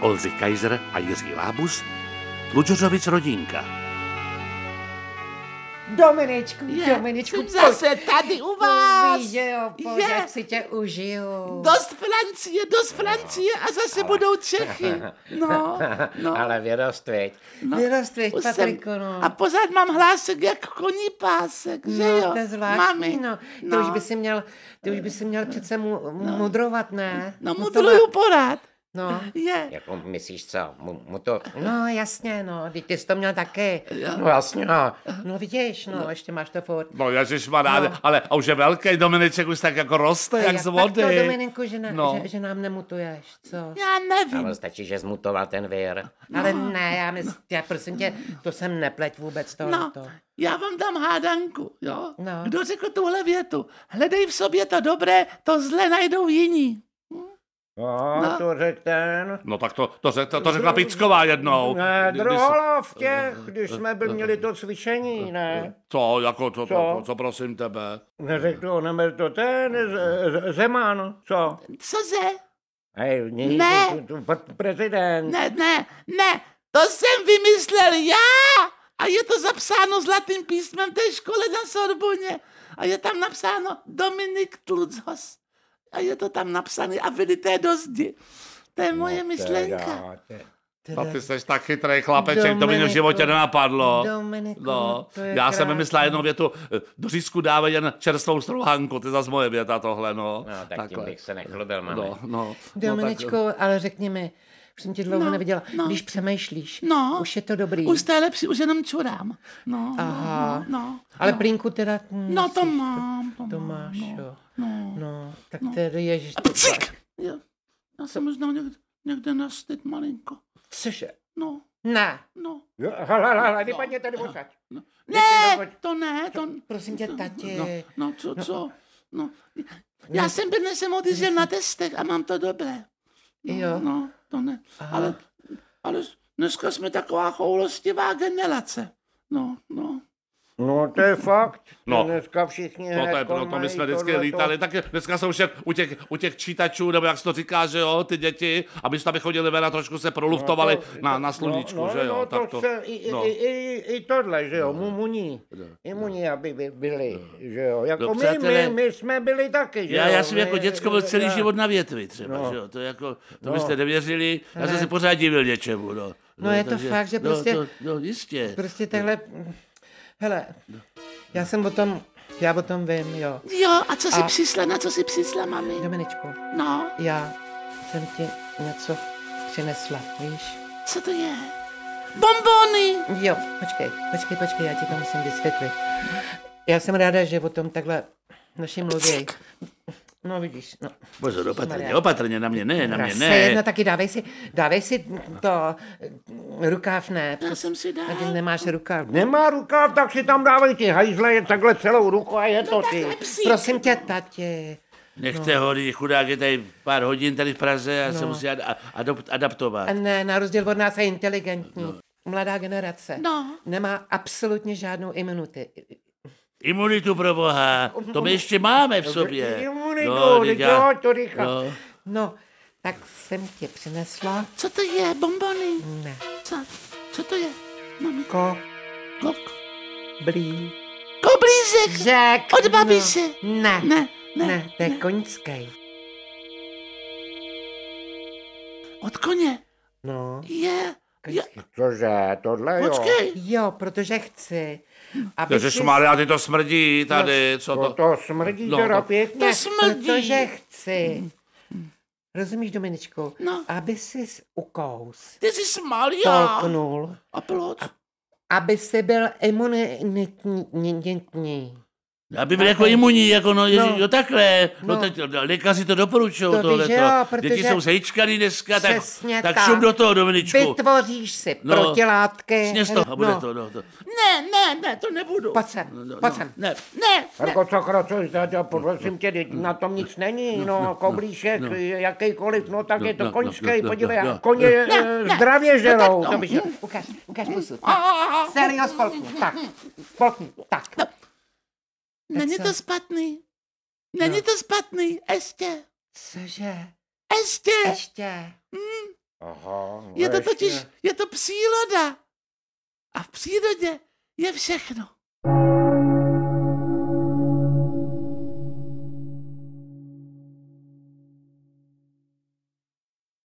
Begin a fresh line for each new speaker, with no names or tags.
Olzy Kaiser a Jiří Lábus, Tlučořovic rodinka.
Dominičku,
Je,
Dominičku,
jsem
pojď.
zase tady u vás.
Víš, že jo, pojď,
Je.
ať si tě užiju.
Dost Francie, dost Francie a zase budou Čechy. No, no.
Ale vyrost, viď?
no.
Vyrost, viď,
Už
Patriku, no.
A pořád mám hlásek jak koní pásek, že
No,
jo?
to je zvláštní,
Mami.
no. Ty no. už by si měl, ty už by si měl přece mu, mu mudrovat, ne?
No,
to
mudruju
má-
pořád.
No,
Je.
Jako myslíš co? Mu, mu to...
no jasně, no, teď ty jsi to měl taky.
No jasně.
No vidíš, no, ještě máš to furt.
No ježišmará, no. ale a už je velký Dominiček, už tak jako roste
A
jak,
jak
z
pak
vody.
To, Dominiku, že, na,
No.
no. že, že, nám nemutuješ, co?
Já nevím.
No,
Ale stačí, že zmutoval ten vir.
Ale ne, já, mysl, já prosím tě, to sem nepleť vůbec to.
No,
to.
já vám dám hádanku, jo?
No.
Kdo řekl tuhle větu? Hledej v sobě to dobré, to zlé najdou jiní.
No,
No.
to řekl ten.
No tak to, to, řek, to, to řekla Picková jednou.
Ne,
No, Kdy- kdy se- Eh,
droholov těch, když jsme by měli to cvičení, ne?
Co, jako to, to,
Co?
to, co prosím tebe.
Neřekl on, nebyl to ten, Z- Z- Zeman, co?
Cože?
Hej, ní,
Ne.
tu- tu- pre- prezident.
Ne, ne, ne, to jsem vymyslel já! A je to zapsáno zlatým písmem té škole na Sorboně. A je tam napsáno Dominik Tludzos. A je to tam napsané a vidíte do zdi. No, To je moje myšlenka.
Teda, te-
A ty jsi tak chytrý chlapeček, to mi v
Dominiku,
životě nenapadlo.
Dominiku,
No,
to je
já jsem
krásný.
vymyslel jednu větu, eh, do řízku dávají jen čerstvou strouhanku, to je zase moje věta tohle, no.
No, tak
Takhle.
tím bych se nechlubil, máme.
No, no.
Dominičko,
No, tak,
ale řekni mi, už jsem tě dlouho
No,
neviděla,
no.
když přemýšlíš,
No.
už je to dobrý.
Už to je lepší, už jenom čurám. No,
Aha.
no, no.
Ale
no.
plínku teda... hm,
No to
musíš,
mám, to,
To
mám,
máš,
no.
jo.
no.
No, tak tedy ježiš...
A pcik! Jo. Já jsem možná někde, někde nastyt malinko.
Cože?
No,
Ne,
no.
Jo, Hele, hele, hele, vypadně tady odsaď.
No.
Děti,
Ne,
nechoď.
to ne, to...
prosím tě,
to-
tati.
No, no co, co? No. Já jsem byl, jsem odjížděl na testech a mám to dobré. No,
Jo.
No, to ne. Ale, ale dneska jsme taková choulostivá generace. No, no.
No to je fakt.
No.
No. Dneska všichni
No to je
hnedko
proto, my
jako mají
jsme vždycky
tohleto.
lítali, tak je- dneska jsou už u těch, u těch čítačů, nebo jak se to říká, že jo, ty děti, aby jsme chodili ven a trošku se proluftovali
No to-
na, na
no,
sluníčku,
no,
že jo.
No,
tak to,
se, i,
no.
i, i, I tohle, že jo, mu muní. I muní, aby by- byli, že jo. Jako
No,
my,
přátelé,
my, my jsme byli taky, že
Já,
jo.
já jsem
my,
jako děcko byl celý
já-
život na větvi třeba, no.
No.
že jo, to jako, to
No.
byste nevěřili, já jsem
Ne.
se pořád divil něčemu, no.
No je to fakt, že prostě-
No, to, no jistě.
prostě takhle... Hele, já jsem o tom, já o tom vím, jo.
Jo, a co jsi
A-
přišla, na co jsi přišla, mami?
Dominičku,
No,
já jsem ti něco přinesla, víš?
co to je? Bombony!
Jo, počkej, počkej, počkej, já ti to musím vysvětlit. Já jsem ráda, že o tom takhle naši mluví. No vidíš, no.
Pozor, opatrně,
Maria.
opatrně, na mě ne, na mě
Se jedno,
ne.
taky dávej si, dávej si to eh, rukáv ne.
Já jsem si dal.
A ty nemáš rukáv.
Nemá rukáv, tak si tam dávají ty hajzle, je takhle celou ruku a je to ty.
Psík.
Prosím tě, tati.
Nechte
no.
ho, když chudák je tady pár hodin tady v Praze a se musí ad, adopt, adaptovat.
A ne, na rozdíl od nás je inteligentní. Mladá generace
No.
nemá absolutně žádnou imunitu.
Imunitu pro boha, to my ještě máme v sobě.
Imunitu,
No,
no,
teď já-
jo, to říká.
no.
No, tak jsem ti přinesla.
Co to je, bombony?
Ne.
Co, co to je? Mami,
Ko,
kok.
blí.
Koblízek!
Řek.
Od babiše.
No. Ne.
Ne, ne,
Ne, ne, to je koňský.
Od koně.
No.
Je, je.
Cože, tohle jo.
Počkej.
Jo, protože chci, aby
Ježišmarja, ty to smrdí tady, co
To,
to...
to smrdí
No,
no,
no.
teda pěkně.
To smrdí. Mm,
Protože chci. Rozumíš, Dominičku?
No.
Aby jsi ukous,
Ty jsi smalý.
tolknul,
A proč?
aby jsi byl imunitní.
Aby byl jako imunní, jako no, no.
No.
jo takhle, no, no
No.
teď lékaři to doporučují
To
tohle.
víš, jo,
Děti
protože-
jsou sejčkaný dneska, tak,
Přesně
tak
tak.
šup do toho, Dominičku.
Vytvoříš si
No.
protilátky.
Sně z toho, bude
No.
to, no, to. Ne, ne, ne, to nebudu. No,
Pojď sem, pojď sem.
Ne, ne, ne.
Jako sakra, co jsi tady, prosím tě, teď na tom nic není, no, koblíšek, jakýkoliv, no, tak je
no,
to
no,
koňský,
no,
podívej,
no,
a koně eh, zdravě žerou, to by se...
Ukaž, ukaž pusu. Tak. Celýho
no,
spolknu. Tak. Spolknu. Tak.
Není
co?
to špatný. Není to špatný, ještě,
Cože?
ještě.
Ještě.
Aha. no
Je to
ještě.
totiž, je to příroda. A v přírodě je všechno.